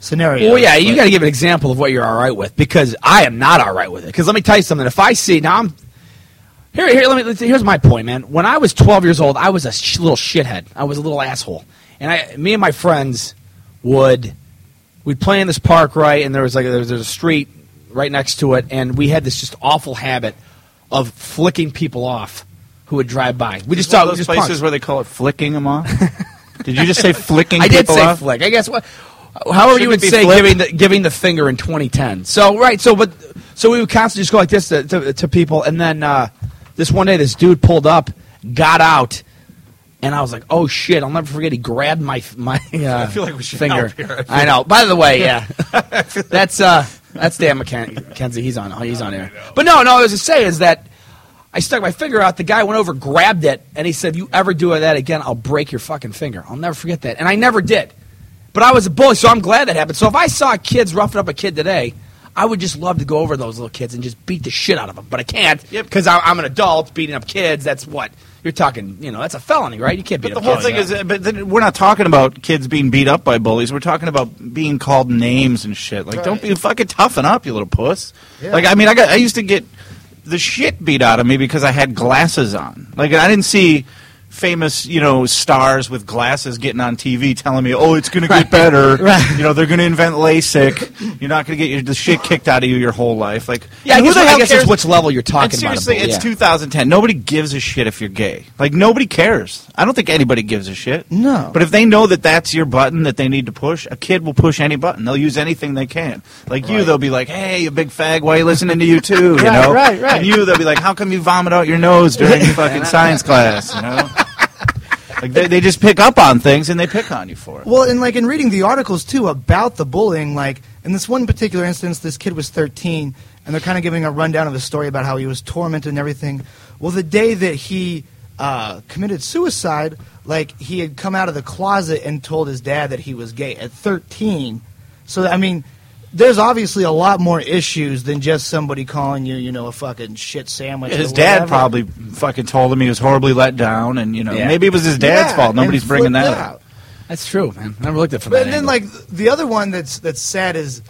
scenarios.
Well, yeah, you
but-
got to give an example of what you're all right with because I am not all right with it. Because let me tell you something. If I see now, I'm here. Here, let me. let's- Here's my point, man. When I was 12 years old, I was a sh- little shithead. I was a little asshole, and I, me and my friends would we'd play in this park, right? And there was like there was, there was a street right next to it, and we had this just awful habit of flicking people off who would drive by. We just
Is one
thought
of
we
those
just
places
punks.
where they call it flicking them off. did you just say flicking?
I did
people
say
off?
flick. I guess what. However, you
Shouldn't
would
it be
say
flip?
giving the, giving the finger in 2010. So right, so but so we would constantly just go like this to, to, to people, and then uh, this one day, this dude pulled up, got out, and I was like, "Oh shit!" I'll never forget. He grabbed my my. (laughs) Uh,
I feel like we should
finger.
help here.
I know. By the
(laughs)
way, yeah, that's uh, that's Dan McKen- McKenzie. He's on. He's on air. But no, no. What I was to say is that I stuck my finger out. The guy went over, grabbed it, and he said, "You ever do that again, I'll break your fucking finger." I'll never forget that. And I never did. But I was a bully, so I'm glad that happened. So if I saw kids roughing up a kid today. I would just love to go over those little kids and just beat the shit out of them, but I can't
Yep.
because I'm an adult beating up kids. That's what you're talking. You know, that's a felony, right? You can't beat
But the
up
whole
kids.
thing is, but then we're not talking about kids being beat up by bullies. We're talking about being called names and shit. Like, don't be fucking toughen up, you little puss.
Yeah.
Like, I mean, I got, I used to get the shit beat out of me because I had glasses on. Like, I didn't see famous, you know, stars with glasses getting on TV telling me, oh, it's going to get
(laughs)
better.
Right.
You know, they're going to invent LASIK. You're not going to get your, the shit kicked out of you your whole life. Like,
Yeah, I
who
guess,
the hell
I guess
cares?
it's which level you're talking
And seriously,
about. it, but
it's
yeah.
2010. Nobody gives a shit if you're gay. Like nobody cares. I don't think anybody gives a shit.
No.
But if they know that that's your button that they need to push, a kid will push any button. They'll use anything they can. Like you, they'll be like, "Hey, you big fag, why you listening to
(laughs)
you too?" You
Right,
know.
right, right.
And you, they'll be like, "How come you vomit out your nose
(laughs)
during fucking science class?" You know. Like they, they just pick up on things and they pick on you for it.
Well, and like in reading the articles too about the bullying, like in this one particular instance, this kid was 13, and they're kind of giving a rundown of his story about how he was tormented and everything. Well, the day that he uh, committed suicide, like he had come out of the closet and told his dad that he was gay at 13. So I mean, there's obviously a lot more issues than just somebody calling you, you know, a fucking shit sandwich.
His
or
dad
whatever.
probably fucking told him he was horribly let down, and you know
Yeah.
maybe it was his dad's
Yeah,
fault.
and
Nobody's bringing that
flipped
up.
out.
That's true, man. I never looked at it from that
But
angle.
then, like the other one that's that's sad is,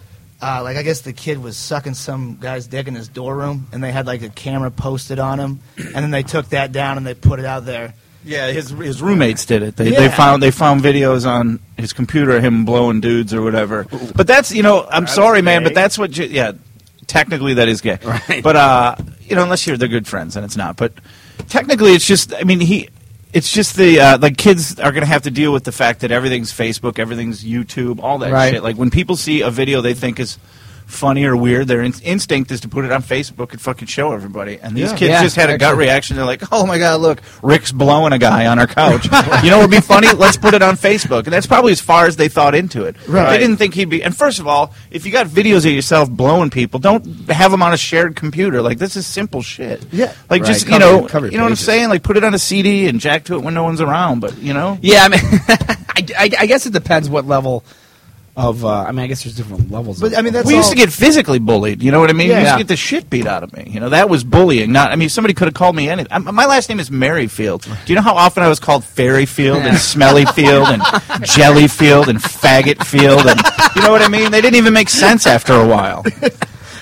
uh, like I guess the kid was sucking some guy's dick in his dorm room, and they had like a camera posted on him, and then they took that down and they put it out there.
Yeah, his his roommates did it. They they
Yeah.
found they found videos on his computer of him blowing dudes or whatever. But that's you know I'm sorry, man, but that's what you, yeah. Technically, that is gay.
Right.
But uh, you know, unless you're they're good friends, and it's not. But technically, it's just I mean he. It's just the uh, like kids are going to have to deal with the fact that everything's Facebook, everything's YouTube, all that
Right.
shit. Like when people see a video they think is funny or weird, their in- instinct is to put it on Facebook and fucking show everybody. And these
Yeah.
kids
Yeah,
just had a gut
actually.
reaction. They're like, "Oh my god, look, Rick's blowing a guy on our couch." you know, what would be funny. Let's put it on Facebook, and that's probably as far as they thought into it.
Right.
They didn't think he'd be. And first of all, if you got videos of yourself blowing people, don't have them on a shared computer. Like this is simple shit.
Yeah.
Like
Right,
just
cover
you know,
your- cover your
you know what I'm
pages.
saying? Like put it on a CD and jack to it when no one's around. But you know,
yeah, I mean, (laughs) I, I- I guess it depends what level of. Uh, I mean, I guess there's different levels.
But,
of,
I mean, that's
of-
we used
all-
to get physically bullied. You know what I mean? We used
Yeah.
to get the shit beat out of me. You know that was bullying. Not. I mean, somebody could have called me anything. I'm, my last name is Merrifield. Do you know how often I was called Fairyfield
(laughs)
and Smellyfield and Jellyfield and Faggotfield and you know what I mean? They didn't even make sense after a while.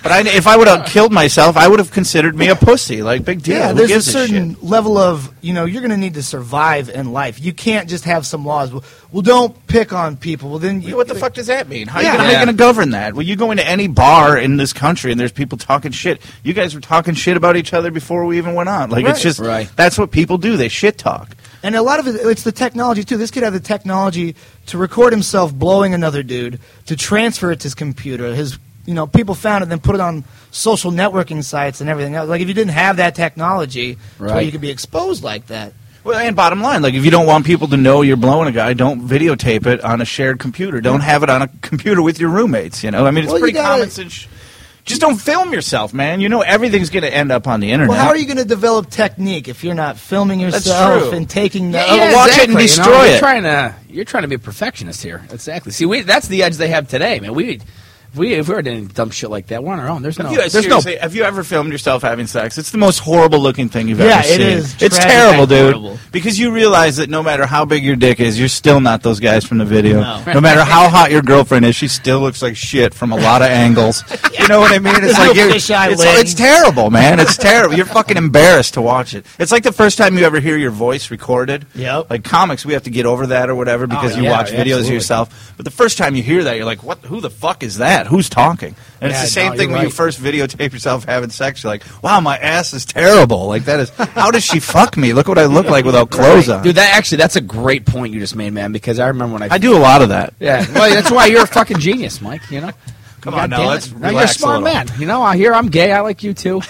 But I, if I would have killed myself, I would have considered me a pussy. Like big deal.
Yeah,
Who
there's a
gives shit?
certain level of you know you're going to need to survive in life. You can't just have some laws. Well, well don't pick on people. Well, then
Yeah,
you,
(laughs) What the fuck does that mean? How are
Yeah.
you gonna,
Yeah.
going to govern that? Well, you go into any bar in this country and there's people talking shit. You guys were talking shit about each other before we even went on. Like it's
Right.
just
Right.
that's what people do. They shit talk.
And a lot of it, it's the technology too. This kid had the technology to record himself blowing another dude, to transfer it to his computer. His, you know, people found it, then put it on social networking sites and everything else. Like if you didn't have that technology, where
Right.
you could be exposed like that.
Well, and bottom line, like if you don't want people to know you're blowing a guy, don't videotape it on a shared computer. Don't have it on a computer with your roommates. You know, I mean, it's
Well, you
pretty
gotta-
common sense. sh- Just don't film yourself, man. You know everything's going to end up on the internet.
Well, how are you going to develop technique if you're not filming
That's
yourself
true.
and taking the?
Yeah,
I'll
yeah,
watch
exactly,
it and
you know,
destroy
you're
it.
Trying to, you're trying to be a perfectionist here. Exactly. See, we that's the edge they have today, man. We, if we if we were doing dumb shit like that, we're on our own. There's no,
Have you,
there's no.
seriously, have you ever filmed yourself having sex? It's the most horrible looking thing you've
Yeah,
ever
it
seen.
is
It's
tragic
terrible,
and
dude.
horrible.
Because you realize that no matter how big your dick is, you're still not those guys from the video.
No.
matter how hot your girlfriend is, she still looks like shit from a lot of angles. You know what I mean?
(laughs)
It's
No
like you're, it's,
fisheye lens.
it's terrible, man. It's terrible. You're fucking embarrassed to watch it. It's like the first time you ever hear your voice recorded.
Yep.
Like comics, we have to get over that or whatever because you
Oh, yeah,
watch
yeah,
videos of
absolutely.
yourself. But the first time you hear that, you're like, "What? Who the fuck is that? Who's talking?" And
Yeah,
it's the same
no,
thing
you're
when you
right.
first videotape yourself having sex. You're like, wow, my ass is terrible. Like that is how does she fuck me? Look what I look like without clothes on.
Dude, that actually that's a great point you just made, man. Because I remember when I,
I do a lot of that.
Yeah, well, that's why you're a fucking genius, Mike. You know.
Come
God
on now,
damn it.
let's
Now you're a
relax a
smart
little.
man. You know, I (laughs) hear I'm gay. I like you too.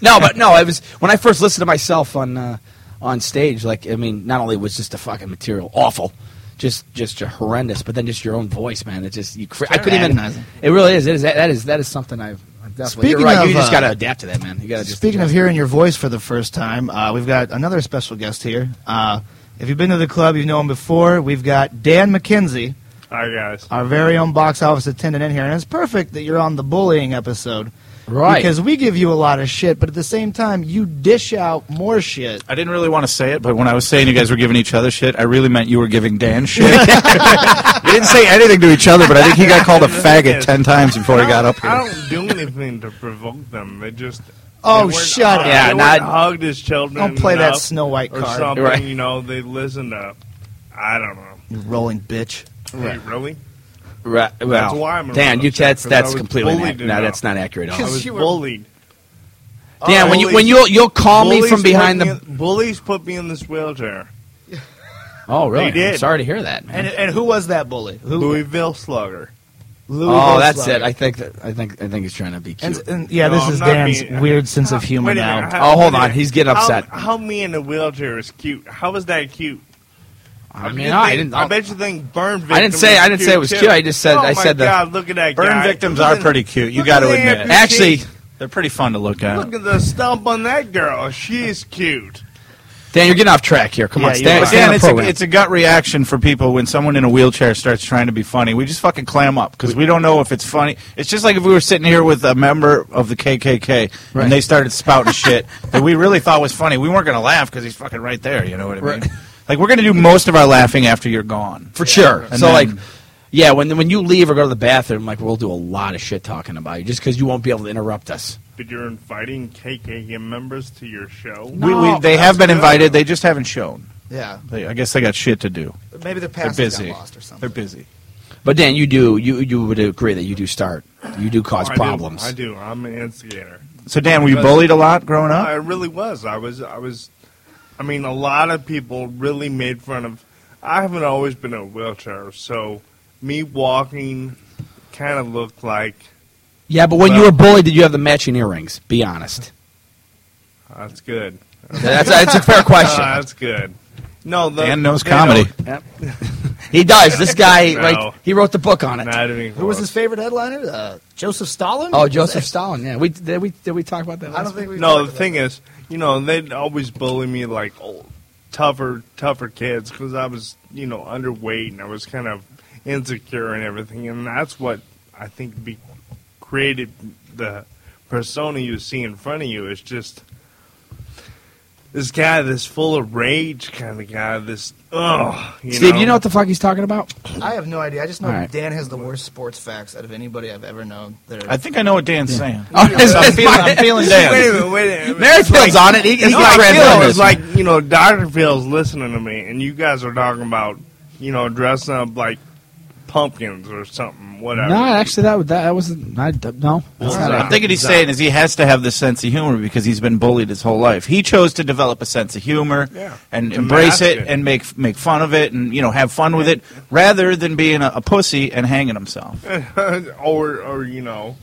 no, but no, it was when I first listened to myself on uh, on stage. Like, I mean, not only was just the fucking material awful, just just horrendous, but then just your own voice, man. It just you. Cr- I couldn't even.
agonizing.
It really is. It is that, that is that is something I've. I've definitely,
Speaking
you're right.
of,
you just
uh,
got to adapt to that, man. You got to just.
Speaking of
adjust.
hearing your voice for the first time, uh, we've got another special guest here. Uh, if you've been to the club, you know him before. We've got Dan McKenzie,
Hi guys.
our very own box office attendant, in here, and it's perfect that you're on the bullying episode.
right,
Because we give you a lot of shit, but at the same time, you dish out more shit.
I didn't really want to say it, but when I was saying you guys were giving each other shit, I really meant you were giving
(laughs)
Dan shit. we didn't say anything to each other, but I think he got called a faggot ten times before he got up
I
here.
don't do anything to provoke them. They just
Oh,
they weren't
shut
hugged.
up.
Yeah,
They
not-
weren't hugged as children.
Don't play that
enough
Snow White
or
card.
something.
Right.
You know, they listen to. I don't know.
You rolling bitch.
Wait, really?
right, well,
That's why I'm a
Dan,
little
you
upset,
that's
'cause I
that's
was
completely
bullied
na- no,
enough.
that's not accurate at
I
all.
Because
was
you were-
bullied.
Dan, when you
bullies-
when you will you'll call me
Bullies
from behind
put me
the.
in- bullies put me in this wheelchair.
Oh, really?
They did.
I'm sorry to hear that. Man.
And, and who was that bully? Who?
Louisville Slugger.
Louis
Oh,
Goldschlager.
that's it. I think that I think I think he's trying to be
And,
cute.
and- yeah,
No,
this
I'm
is
not
Dan's
being-
weird sense of humor
Wait a
now.
minute, how-
Oh, hold
wait a
on,
minute.
he's getting upset.
How, how me in a wheelchair is cute? How is that cute?
I
You
mean, I
think-
didn't.
I bet you think burn. Victim
I didn't say-
is
I didn't say it was
too.
cute. I just said-
Oh
I
my
said the-
God, look at that
Burn
guy.
victims
Look
are
at-
pretty cute. You
look
got
at
to
the
admit it.
amputee.
actually,
They're pretty fun to look
Look
at.
at the stump on that girl. She's cute.
Dan, you're getting off track here. Come
Yeah,
on,
you
stand,
are.
But
stand
Dan,
on
it's a,
program.
it's a gut reaction for people when someone in a wheelchair starts trying to be funny. We just fucking clam up because we don't know if it's funny. It's just like if we were sitting here with a member of the KKK
Right.
and they started spouting shit that we really thought was funny. We weren't going to laugh because he's fucking right there. You know what I mean?
Right.
Like we're going to do most of our laughing after you're gone.
for sure.
And
so
then-
like, yeah, when when you leave or go to the bathroom, like we'll do a lot of shit talking about you just because you won't be able to interrupt us.
But you're inviting KKK members to your show.
we,
No,
we, they have been
good.
invited. They just haven't shown.
Yeah,
They, I guess they got shit to do.
maybe their
They're
passes
busy.
got lost or something.
They're busy.
But Dan, you do you you would agree that you do start you do cause
Oh, I do.
problems.
I do. I'm an instigator.
So Dan, were you
Because-
bullied a lot growing
I
up?
really was. I was. I was. I mean, a lot of people really made fun of. I haven't always been in a wheelchair, so me walking kind of looked like
Yeah, but when you
Well-
were bullied, did you have the matching earrings? Be honest.
"Oh, that's good.
that's, that's a fair
Oh, (laughs)
question.
that's good. No, the,
Dan knows
they
comedy.
don't-
he does. This guy,
No.
like, he wrote the book on it.
Not even
Who was
close.
his favorite headliner? Uh, Joseph Stalin.
Oh, Joseph Stalin. Yeah, we did we did we talk about that?
I
last
don't think we.
No, the thing is, you know, they'd always bully me like old, tougher, tougher kids because I was, you know, underweight and I was kind of insecure and everything. And that's what I think be, created the persona you see in front of you is just this guy, this full of rage kind of guy. This, oh, you
Steve, you know what the fuck he's talking about?
I have no idea. I just know
All right.
Dan has the worst sports facts out of anybody I've ever known. That are,
I think I know what Dan's saying.
Oh, (laughs) it's-
(laughs) I'm feeling, I'm feeling Dan. (laughs)
Wait a minute, wait a minute.
Merrifield's on it. He, he
It's
can
like,
translate
Phil,
this.
it's like you know, Doctor Phil's listening to me, and you guys are talking about you know dressing up like pumpkins or something, whatever.
No, actually, that that, that wasn't. I, d- no, that's not
I'm thinking he's saying is he has to have this sense of humor because he's been bullied his whole life. He chose to develop a sense of humor
Yeah.
and
To
embrace
mask
it,
it.
and make make fun of it and you know have fun with it rather than being a, a pussy and hanging (laughs) himself.
(laughs) or or you know,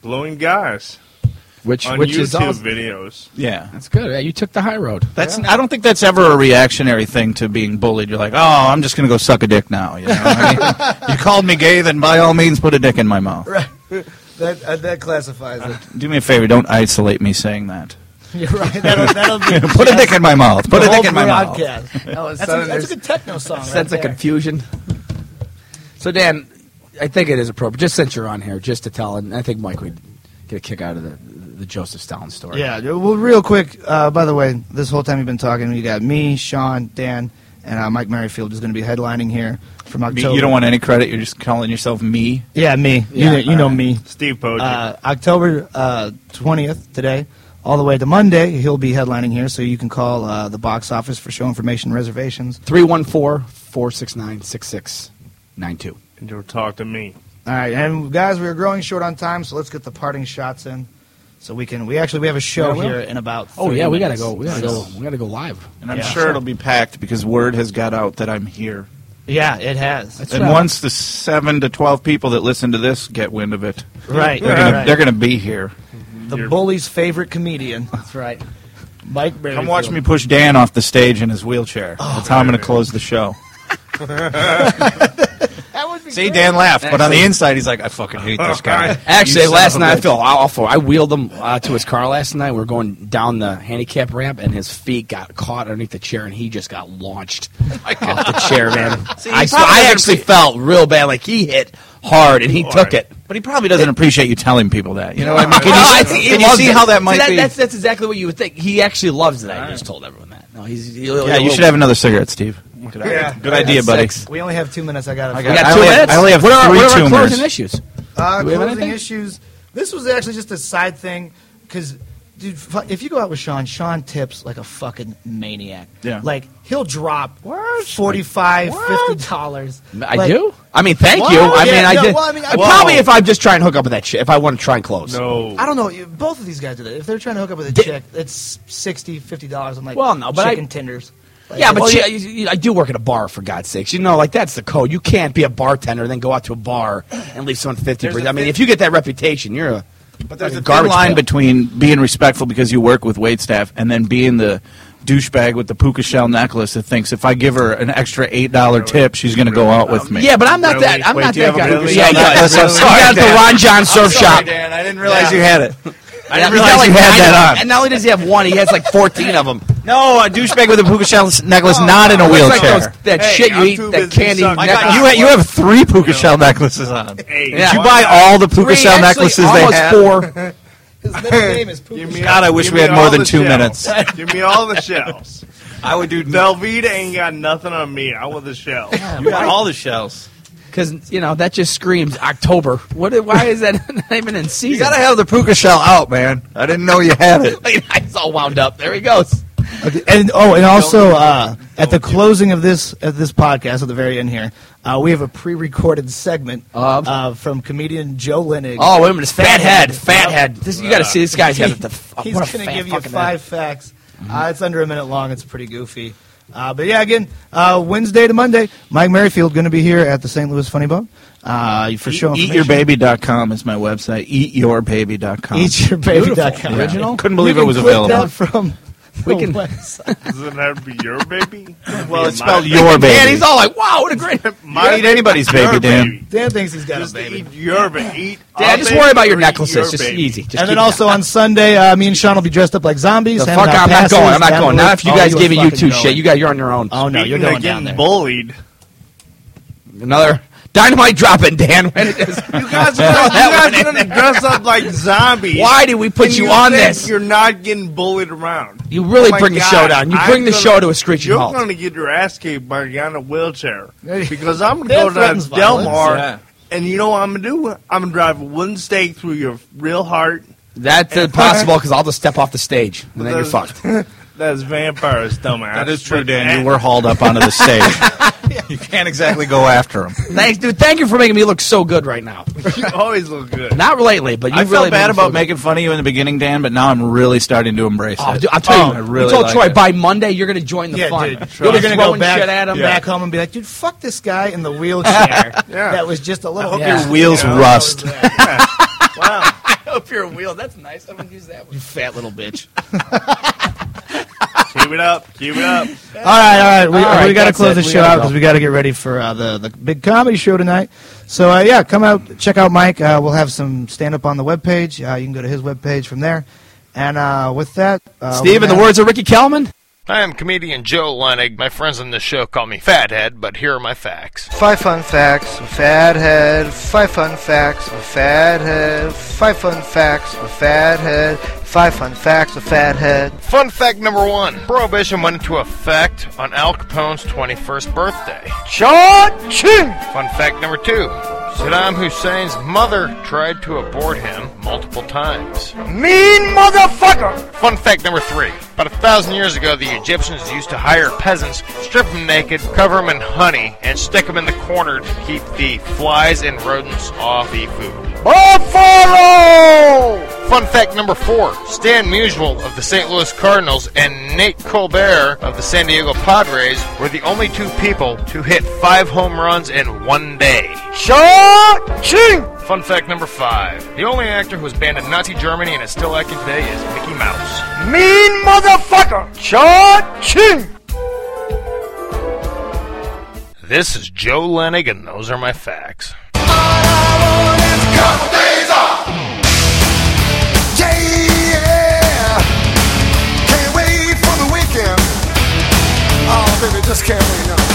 blowing guys
it. which
on
which
YouTube
is awesome.
videos.
Yeah.
That's good. Yeah, you took the high road.
That's I don't think that's ever a reactionary thing to being bullied. You're like, oh, I'm just gonna go suck a dick now. You know, I (laughs) mean, you called me gay, then by all means put a dick in my mouth.
that uh, that classifies it.
(laughs) Do me a favor, don't isolate me saying that.
You're right. That'll, (laughs) that'll be
Put a dick in my mouth. Put
the
a
whole
dick in my mouth.
broadcast. That was that's, a,
Southerners-
that's a good techno song. Right
Sense of
there.
confusion. So Dan, I think it is appropriate. Just since you're on here, just to tell, and I think Mike would get a kick out of the the Joseph Stalin story.
Yeah. Well, real quick. Uh, by the way, this whole time you've been talking, you got me, Sean, Dan, and uh, Mike Merrifield is going to be headlining here from
Me-
October.
You don't want any credit. You're just calling yourself me.
Yeah, me.
Yeah,
you know, you know me.
Steve Poggi.
Uh, October uh, twentieth today, all the way to Monday. He'll be headlining here, so you can call uh, the box office for show information reservations.
314-469-6692.
and you'll talk to me.
All right, and guys, we're growing short on time, so let's get the parting shots in, so we can. We actually we have a show
Yeah, we'll-
here in about.
Oh
30
yeah, we gotta
minutes.
go. We gotta go.
So-
We gotta go live.
And I'm
Yeah.
sure it'll be packed because word has got out that I'm here.
Yeah, it has.
That's
and
right.
once the seven to twelve people that listen to this get wind of it,
right.
they're gonna,
right.
they're gonna be here.
the bully's favorite comedian.
(laughs) That's right.
Mike
Come watch me push Dan off the stage in his wheelchair. That's how I'm going to close the (laughs) show.
That would be
See, Dan laughed, but on the inside, he's like, I fucking hate this guy.
Actually,
You son
last
of a
night I
bitch.
felt awful. I wheeled him uh, to his car last night. We were going down the handicap ramp, and his feet got caught underneath the chair, and he just got (laughs) launched off the chair, man. I,
he probably
I actually felt real bad. Like he hit hard, and he took
right.
it.
But he probably doesn't appreciate you telling people that. You know what I mean?
Can you,
Well, I think he loves it. See, that-
That's,
that's-
exactly what you would think. He actually loves it. I just told everyone that. No, he's.
Yeah, you should have another cigarette, Steve. Good, idea. Good idea, buddy.
Six.
We only have two minutes. I got to.
We got
I
two
only-
minutes.
I only have
what are,
three
what are our
tumors.
closing issues?
Uh,
Do we have
closing
anything?
issues. This was actually just a side thing because, dude, fu- if you go out with Sean, Sean tips like a fucking maniac.
Yeah.
Like he'll drop forty-five,
What?
fifty dollars.
I do. I mean, thank
Whoa,
you. I
yeah,
mean, I
no,
did.
well, I mean, I-
I probably if I'm just trying to hook up with that shit, if I want to try and close.
No.
I don't know. you- Both of these guys do that. If they're trying to hook up with a
Did-
chick, it's 60 dollars. I'm like,
Well, no, but I-
chicken tenders. Like,
Yeah, but
it's-
you- you- you- I do work at a bar for God's sakes. You know, like that's the code. You can't be a bartender and then go out to a bar and leave someone fifty.
There's
percent.
a
I mean,
thin-
if you get that reputation, you're a
But there's
fucking
a thin
garbage
line
pail.
between being respectful because you work with wait staff and then being the douchebag with the puka shell necklace that thinks if I give her an extra eight dollar tip, she's going to go out with me.
Yeah, but I'm not
Really?
that. I'm
Wait,
not
do you
that
have a
guy.
really
yeah,
shot?
yeah.
Really?
So you got the Ron John Surf Shop.
Dan. I didn't realize you
(laughs)
had it. I
Yeah,
didn't realize
not
you
only-
had
I-
that
And
on.
not only does he have one, he has like 14 of them.
No, a douchebag with a puka shell necklace, not in a
It's like
wheelchair.
those- that
Hey,
shit you
I'm
eat,
too
that
busy
candy.
sucking
necklace.
cock.
you, ha- you have three puka shell necklaces on.
Hey,
Yeah.
Did you
why
buy
not?
all the puka
Three,
shell
actually,
necklaces they
almost
had?
four.
his middle name is Poop.
Give me
God,
all-
I wish
give
we
me
had more
all
than
the
two
shells. (laughs) give me all the shells.
I would do.
Velveeta ain't got nothing on me. I want the shell.
You want all the shells.
Because, you know, that just screams October. What? Why is that (laughs) not even in season?
You gotta have the puka shell out, man. I didn't know you had it.
It's all wound up. There he goes.
Okay, and oh, and also uh, at the closing of this of this podcast at the very end here, uh, we have a pre-recorded segment
Of?
uh, from comedian Joe Lennig.
Oh, wait a minute. It's Fat head. Fat head. This, you got to see this guy's head. The, f-
He's
what a
gonna
fat
give you
fucking
five facts. Uh, it's under a minute long. It's pretty goofy. Uh, but yeah, again, uh, Wednesday to Monday, Mike Merrifield going to be here at the St. Louis Funny Bone. Uh, for sure.
Eatyourbaby.com is my website. Eatyourbaby.com.
Eatyourbaby.com.
Um, Beautiful. Original?
Couldn't believe
You
it was
can click
available.
that (laughs) from
We
the
can-
website.
Doesn't that be your baby?
Well, it's
My-
spelled your baby.
And he's all like, wow, what a great.
My
Eat anybody's baby,
your
Dan.
(laughs) Dan thinks he's got
Just
a baby.
eat your baby. Eat
Yeah,
our
just
baby
worry about your
or eat
necklaces.
your
just
baby.
easy. Just
and
keep-
then also on Sunday, uh, me and Sean will be dressed up like zombies. uh,
The
handing
fuck,
out
I'm not
passes
going. I'm not
down
going.
the
Not
list.
if you
Oh,
guys
are
giving you
fucking
two
going.
shit. You got. You're on your
Um,
own.
Oh no, you're
Speaking
going
of
down
getting
there.
bullied.
Another dynamite dropping, Dan. When it
(laughs)
is.
You guys are
That
gonna, you guys are gonna dress up like zombies.
Why did we put
And
you, on
think
this?
You're not getting bullied around.
You really
Oh my
bring the
God,
show down. You
I'm
bring the
gonna-
show to a screeching
You're
halt.
gonna get your ass kicked by a guy in a wheelchair
Hey.
because I'm gonna
That
go down
threatens
to Del
violence.
Mar,
Yeah.
and you know what I'm gonna do? I'm gonna drive one stake through your real heart.
That's impossible because I'll just step off the stage and then you're
Those-
fucked.
That's vampires, dumbass. But that-
You were hauled up onto the stage. (laughs) you can't exactly go after him.
Thanks, dude. Thank you for making me look so good right now.
(laughs) You always look good.
Not lately, but you
I
really
felt
made me
bad
feel
about
good.
making fun of you in the beginning, Dan, but now I'm really starting to embrace
Oh,
it.
dude, I'll tell
Oh, I
you.
really
I told
like
Troy
it.
by Monday you're going to join the
Yeah,
fun.
dude.
you're
You're
going to
gonna
go
go back
shit at him.
back home and be like, "Dude, fuck this
(laughs)
guy in the wheelchair.
Yeah.
That was just a little."
hope your
Yeah.
wheels
You know,
(laughs) rust.
that was that.
Wow.
Up your wheel. That's nice. I'm going to use that one.
you fat little bitch.
keep it up. Keep it up.
all right, all right. We,
All right,
we got to
that's it.
close the
We
show
gotta go.
out because we got to get ready for uh, the the big comedy show tonight. So uh, yeah, come out, check out Mike. Uh, we'll have some stand up on the webpage. Uh, you can go to his webpage from there. And uh, with that, uh,
Steve,
we're
in the
gonna-
words of Ricky Kelman,
I am comedian Joe Lenig. My friends on the show call me Fathead, but here are my facts.
Five fun facts with Fathead. Five fun facts with Fathead. Five fun facts with Fathead. Five fun facts with Fathead.
Fun fact number one Prohibition went into effect on Al Capone's 21st birthday. Fun fact number two Saddam Hussein's mother tried to abort him multiple times.
Mean motherfucker!
Fun fact number three. About a thousand years ago, the Egyptians used to hire peasants, strip them naked, cover them in honey, and stick them in the corner to keep the flies and rodents off the food.
Buffalo!
Fun fact number four Stan Musial of the St. Louis Cardinals and Nate Colbert of the San Diego Padres were the only two people to hit five home runs in one day.
Cha-ching!
Fun fact number five The only actor who was banned in Nazi Germany and is still acting today is Mickey Mouse.
Mean motherfucker!
motherfucker! Cha-ching! This is Joe Lenig, and those are my facts.
Can't wait for the weekend. Oh, baby, just can't wait now.